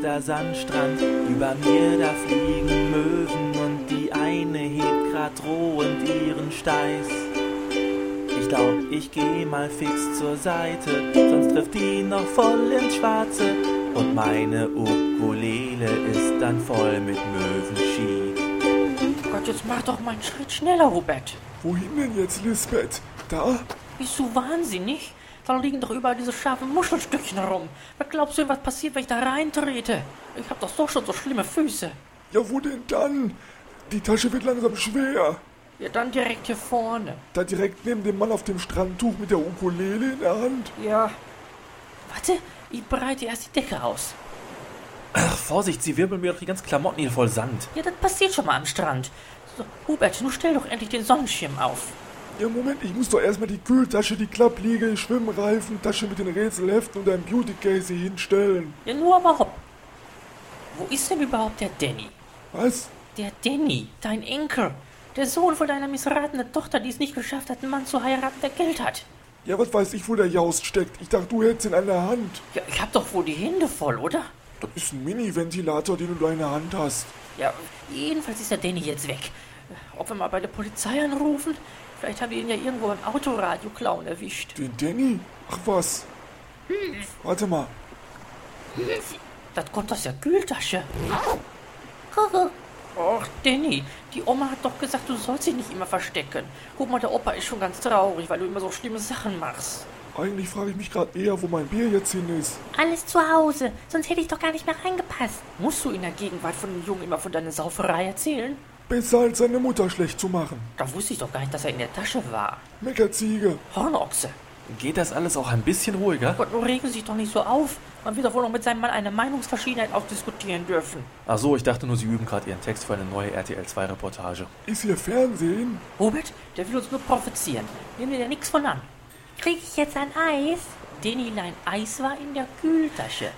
Sandstrand. Über mir da fliegen Möwen und die eine hebt grad drohend ihren Steiß. Ich glaub, ich geh mal fix zur Seite, sonst trifft die noch voll ins Schwarze. Und meine Ukulele ist dann voll mit Möwenschie. Oh Gott, jetzt mach doch mal einen Schritt schneller, Robert. Wohin denn jetzt, Lisbeth? Da? Bist du wahnsinnig? Da liegen doch überall diese scharfen Muschelstückchen rum. Was glaubst du denn, was passiert, wenn ich da reintrete? Ich hab doch so schon so schlimme Füße. Ja, wo denn dann? Die Tasche wird langsam schwer. Ja, dann direkt hier vorne. Da direkt neben dem Mann auf dem Strandtuch mit der Ukulele in der Hand. Ja. Warte, ich breite erst die Decke aus. Ach, Vorsicht, sie wirbeln mir doch die ganzen Klamotten hier voll Sand. Ja, das passiert schon mal am Strand. So, Hubert, nun stell doch endlich den Sonnenschirm auf. Ja, Moment, ich muss doch erstmal die Kühltasche, die Klappliege, Schwimmreifen, Tasche mit den Rätselheften und ein Beauty-Case hier hinstellen. Ja, nur aber hopp. Wo ist denn überhaupt der Danny? Was? Der Danny, dein Enkel. Der Sohn von deiner missratenen Tochter, die es nicht geschafft hat, einen Mann zu heiraten, der Geld hat. Ja, was weiß ich, wo der Jaust steckt? Ich dachte, du hättest ihn an der Hand. Ja, ich hab doch wohl die Hände voll, oder? Das ist ein Mini-Ventilator, den du in der Hand hast. Ja, jedenfalls ist der Danny jetzt weg. Ob wir mal bei der Polizei anrufen? Vielleicht haben wir ihn ja irgendwo beim Autoradio-Clown erwischt. Den Danny? Ach was. Warte mal. Das kommt aus der Kühltasche. Och, Danny, die Oma hat doch gesagt, du sollst dich nicht immer verstecken. Guck mal, der Opa ist schon ganz traurig, weil du immer so schlimme Sachen machst. Eigentlich frage ich mich gerade eher, wo mein Bier jetzt hin ist. Alles zu Hause, sonst hätte ich doch gar nicht mehr reingepasst. Musst du in der Gegenwart von dem Jungen immer von deiner Sauferei erzählen? Besser als seine Mutter schlecht zu machen. Da wusste ich doch gar nicht, dass er in der Tasche war. Meckerziege. Hornochse. Geht das alles auch ein bisschen ruhiger? Gott, nun regen Sie sich doch nicht so auf. Man wird doch wohl noch mit seinem Mann eine Meinungsverschiedenheit ausdiskutieren dürfen. Ach so, ich dachte nur, sie üben gerade ihren Text für eine neue RTL 2 Reportage. Ist hier Fernsehen? Robert, der will uns nur provozieren. Nehmen wir da nichts von an. Krieg ich jetzt ein Eis? Dannylein Eis war in der Kühltasche.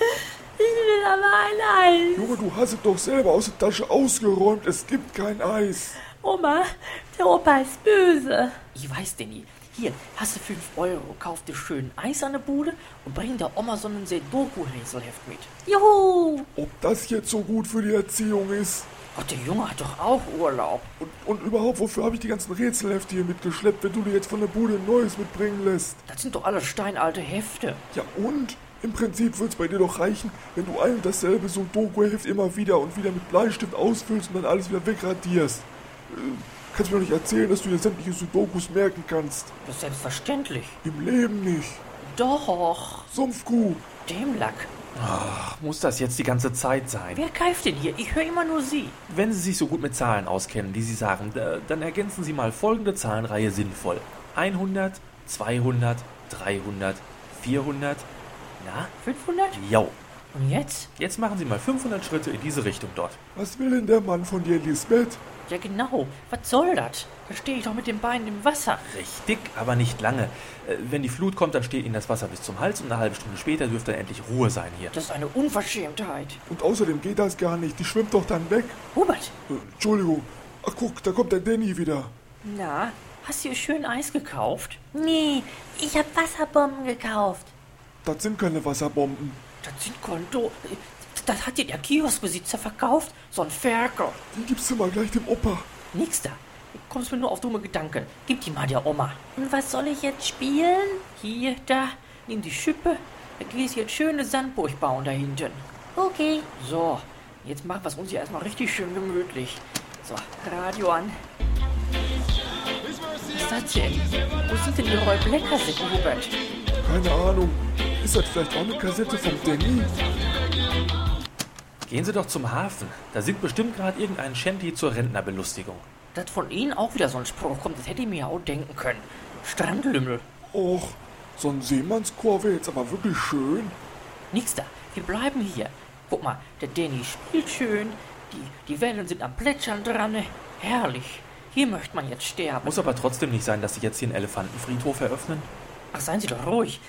Ich will aber ein Eis. Junge, du hast es doch selber aus der Tasche ausgeräumt. Es gibt kein Eis. Oma, der Opa ist böse. Ich weiß, Danny. Hier, hast du 5 Euro, kauf dir schön Eis an der Bude und bring der Oma so ein Sudoku-Rätselheft mit. Juhu. Ob das jetzt so gut für die Erziehung ist? Gott, der Junge hat doch auch Urlaub. Und, und überhaupt, wofür habe ich die ganzen Rätselhefte hier mitgeschleppt, wenn du dir jetzt von der Bude ein neues mitbringen lässt? Das sind doch alle steinalte Hefte. Ja und? Im Prinzip wird es bei dir doch reichen, wenn du ein und dasselbe Sudoku-Heft immer wieder und wieder mit Bleistift ausfüllst und dann alles wieder wegradierst. Äh, Kannst mir doch nicht erzählen, dass du dir sämtliche Sudokus merken kannst. Das ist selbstverständlich. Im Leben nicht. Doch, Sumpfkuh. Demlack. Ach, muss das jetzt die ganze Zeit sein? Wer keift denn hier? Ich höre immer nur Sie. Wenn Sie sich so gut mit Zahlen auskennen, die Sie sagen, d- dann ergänzen Sie mal folgende Zahlenreihe sinnvoll. 100, 200, 300, 400. Na? 500? Jo. Und jetzt? Jetzt machen Sie mal 500 Schritte in diese Richtung dort. Was will denn der Mann von dir, Lisbeth? Ja genau, was soll das? Da stehe ich doch mit den Beinen im Wasser. Richtig, aber nicht lange. Äh, Wenn die Flut kommt, dann steht Ihnen das Wasser bis zum Hals und eine halbe Stunde später dürfte dann endlich Ruhe sein hier. Das ist eine Unverschämtheit. Und außerdem geht das gar nicht. Die schwimmt doch dann weg. Hubert, Äh, Entschuldigung. Ach guck, da kommt der Danny wieder. na, hast du ihr schön Eis gekauft? Nee, ich hab Wasserbomben gekauft. Das sind keine Wasserbomben. Das sind Konto. Das hat dir der Kioskbesitzer verkauft? So ein Ferkel. Die gibst du mal gleich dem Opa. Nix da. Du kommst mir nur auf dumme Gedanken. Gib die mal der Oma. Und was soll ich jetzt spielen? Hier, da, nimm die Schippe. Da gehst du jetzt schöne Sandburg bauen da hinten. Okay. So, jetzt machen wir es uns hier erstmal richtig schön gemütlich. So, Radio an. Was ist das denn? Wo sind denn die Roy Black Kassetten, Hubert? Keine Ahnung. Ist das vielleicht auch eine Kassette vom Danny? Gehen Sie doch zum Hafen. Da singt bestimmt gerade irgendein Shanty zur Rentnerbelustigung. Dass von Ihnen auch wieder so ein Spruch kommt, das hätte ich mir ja auch denken können. Strandlümmel. Och, so ein Seemannschor wäre jetzt aber wirklich schön. Nix da, wir bleiben hier. Guck mal, der Danny spielt schön, die, die Wellen sind am Plätschern dran. Herrlich, hier möchte man jetzt sterben. Muss aber trotzdem nicht sein, dass Sie jetzt hier einen Elefantenfriedhof eröffnen. Ach, seien Sie doch ruhig.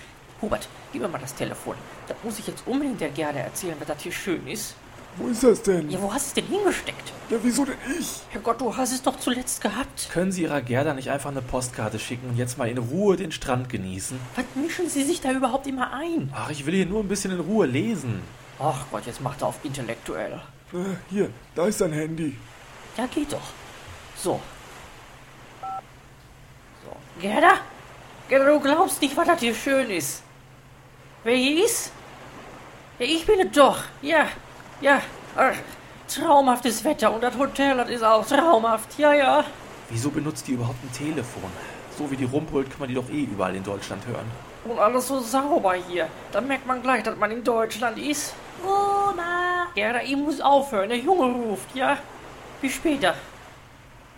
Hubert, gib mir mal das Telefon. Das muss ich jetzt unbedingt der Gerda erzählen, was das hier schön ist. Wo ist das denn? Ja, Ja, wo hast du es denn hingesteckt? wieso denn ich? Herrgott, du hast es doch zuletzt gehabt. Können Sie Ihrer Gerda nicht einfach eine Postkarte schicken und jetzt mal in Ruhe den Strand genießen? Was mischen Sie sich da überhaupt immer ein? Ach, ich will hier nur ein bisschen in Ruhe lesen. Ach Gott, jetzt macht er auf intellektuell. Äh, hier, da ist dein Handy. Ja, geht doch. So. So. Gerda? Gerda, du glaubst nicht, was das hier schön ist. Wer hier ist? Ja, ich bin es doch. Ja, ja. Ach, traumhaftes Wetter und das Hotel, das ist auch traumhaft. Ja, ja. Wieso benutzt die überhaupt ein Telefon? So wie die rumbrüllt, kann man die doch eh überall in Deutschland hören. Und alles so sauber hier. Da merkt man gleich, dass man in Deutschland ist. Oma. Gerda, ich muss aufhören. Der Junge ruft, ja? Bis später.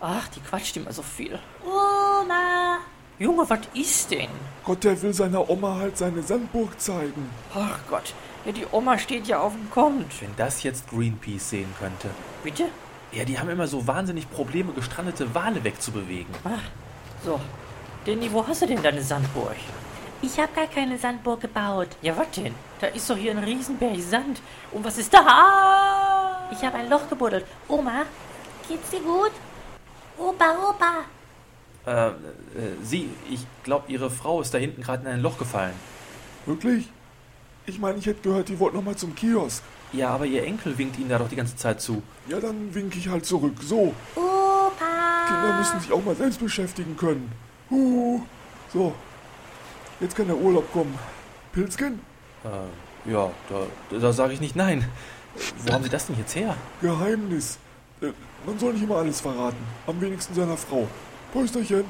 Ach, die quatscht immer so viel. Oma. Junge, was ist denn? Gott, der will seiner Oma halt seine Sandburg zeigen. Ach Gott, ja, die Oma steht ja auf dem Kont. Wenn das jetzt Greenpeace sehen könnte. Bitte? Ja, die haben immer so wahnsinnig Probleme, gestrandete Wale wegzubewegen. Ach, Ah. so. Danny, wo hast du denn deine Sandburg? Ich habe gar keine Sandburg gebaut. Ja, was denn? Da ist doch hier ein Riesenberg Sand. Und was ist Ah! da? Ich habe ein Loch gebuddelt. Oma, geht's dir gut? Opa, Opa. Äh, äh, sie, ich glaube, ihre Frau ist da hinten gerade in ein Loch gefallen. Wirklich? Ich meine, ich hätte gehört, die wollt nochmal zum Kiosk. Ja, aber ihr Enkel winkt ihnen da doch die ganze Zeit zu. Ja, dann winke ich halt zurück. So, Opa. Kinder müssen sich auch mal selbst beschäftigen können. Huh. So, jetzt kann der Urlaub kommen. Pilzken? Äh, ja, da, da sage ich nicht nein. Äh, Wo haben sie das denn jetzt her? Geheimnis. Äh, man soll nicht immer alles verraten. Am wenigsten seiner Frau. Päusterchen.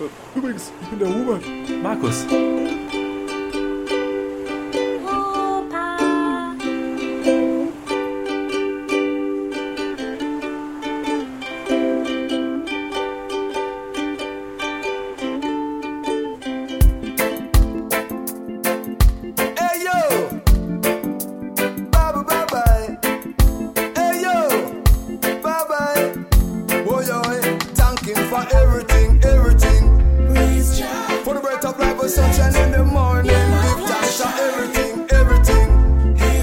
Äh, übrigens, ich bin der Hubert. Markus. Opa. Hey yo, bye bye bye bye. Hey yo, bye bye. Oh yo, thank him for everything, everything. For the breath of life, for sunshine in the morning. Give thanks for everything, everything.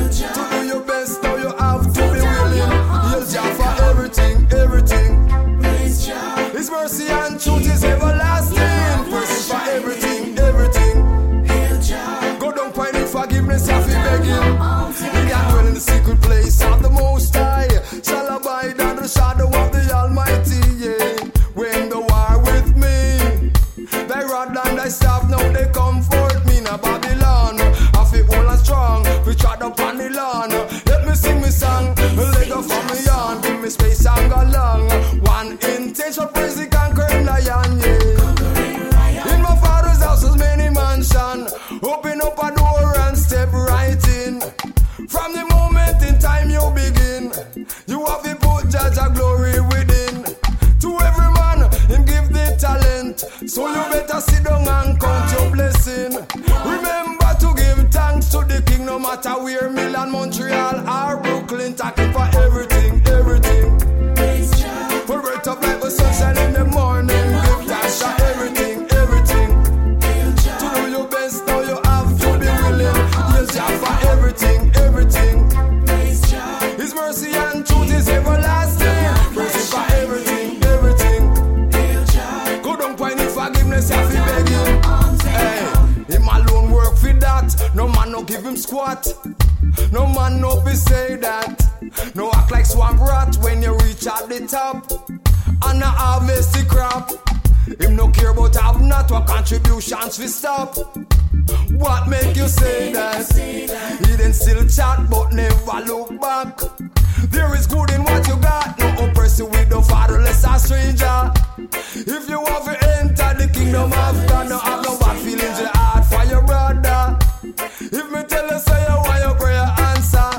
To do your best, now you have to be willing. Hail Jah for everything, everything. His mercy and truth is everlasting. Praise Him for everything, everything. Go down, find it, forgiveness, have to beg him. He that dwell in the secret place of the Most High shall abide under the shadow of the Almighty. Yeah. When thou art with me, thy rod and thy staff now they comfort me. Now Babylon, I feel all and strong, we trod upon the lawn. Let me sing me song, let go from me on, give me space and go long. One intention, praise the conquering lion. Yeah. In my father's house is many mansion. Open up a door and step right in. From the moment in time you begin, you have to put Jaja glory within. To every man, him give the talent. So you better sit down and count your blessing. Remember to give thanks to the king, no matter where, Milan, Montreal, or Brooklyn. Thank him for everything, everything. For right up like the sunshine in the morning. Give thanks for everything, everything. To do your best, now you have to be willing. Yes, Jah for everything, everything. His mercy and truth is everlasting. Praise Him for everything, everything. Go down, find it, forgiveness, have to beg him. Hey, him alone work for that. No man no give him squat. No man no be say that. No act like swamp rat when you reach at the top. And I harvest the crop. Him no care about have not what contributions we stop. What make you say that? He then still chat but never look back. There is good in what you got. No oppress you with no fatherless or stranger. If you want to enter the kingdom of God, no have no bad feelings in your heart for your brother. If me tell you say you want your prayer answer,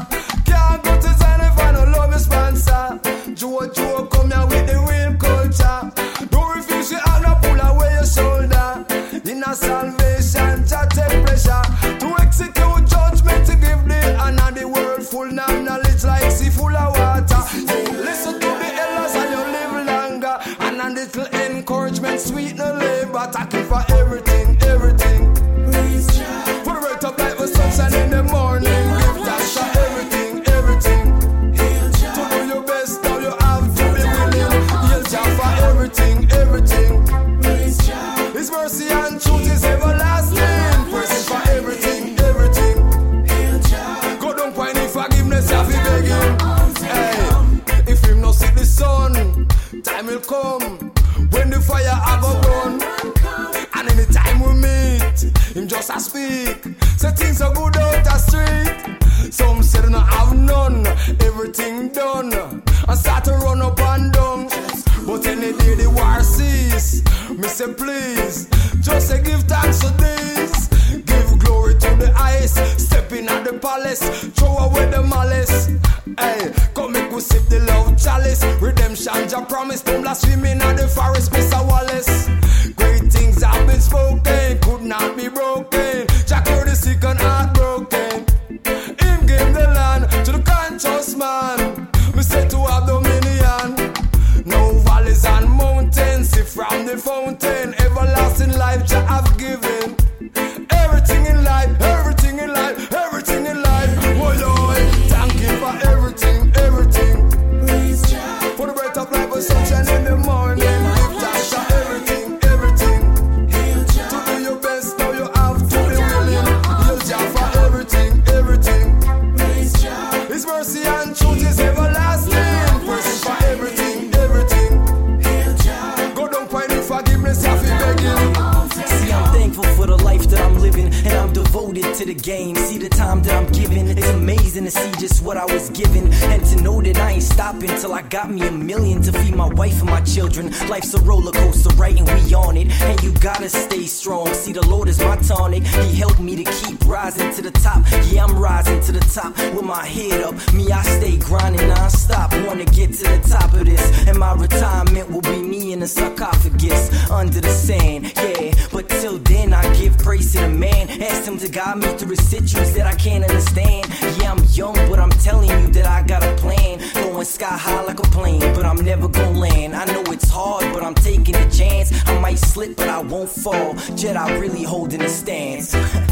can't go to Zion if I no love your sponsor. Joe Joe come here with the real culture. Don't refuse it and no pull away your shoulder. In a salvation, to take pressure to execute judgment to give the honor the world full of knowledge like sea full of water. Listen to the elders and you live longer. And a little encouragement, sweet no labor. Thank you for everything, everything. For the right up like the sunshine in the morning. Give thanks for everything, everything. To do your best, now you have to be willing. Hail Jah for everything, everything. His mercy and truth is everlasting. Praise Him for everything, everything. Go down, find if place, have to beg him. Hey, if him not see the sun, time will come when the fire have a burn. And anytime we meet, him just a speak. Say things are good out the street. Some say they not have none, everything done. And start to run up and down. But any day the war cease, me say please, just say give thanks to this. Give glory to the eyes, step in at the palace, throw away the malice. Hey, come make we sip the love chalice. Redemption, Jah promise, don't blaspheme in the forest, Mr. Wallace. Great things have been spoken, could not be broken. Jah cured the sick and heartbroken. Him gave the land to the conscious man. Me said to have dominion. No valleys and mountains, see from the fountain. Everlasting life Jah have given. Everything in life, everything in life, everything in life. Oh Lord, thank you for everything, everything. For the breath of life, a sunshine in the morning. Give thanks for everything, everything. To do your best, now you have to be willing. Yield Jah for everything, everything. His mercy and truth is everlasting. Praise Him for everything, everything. Go down, find Him forgiveness, have Him begging. See, I'm thankful for the life that I'm living, and I'm devoted to the game. See the time that I'm giving, it's amazing to see just what I was given, and to know that I ain't stopping till I got me a million to feed my wife and my children. Life's a roller coaster, right? And we on it, and you gotta stay strong. See, the Lord is my tonic, He helped me to keep rising to the top. Yeah, I'm rising to the top with my head up. Me, I stay grinding non-stop. Wanna get to the top of this, and my retirement will be me in a sarcophagus under the sand. Yeah, but till then I give praise to the man. Ask him to guide me through residues that I can't understand. Yeah, I'm young, but I'm telling you that I got a plan. Going sky high like a plane, but I'm never gonna land. I know it's hard, but I'm taking a chance. I might slip, but I won't fall. Jedi really holding a stance.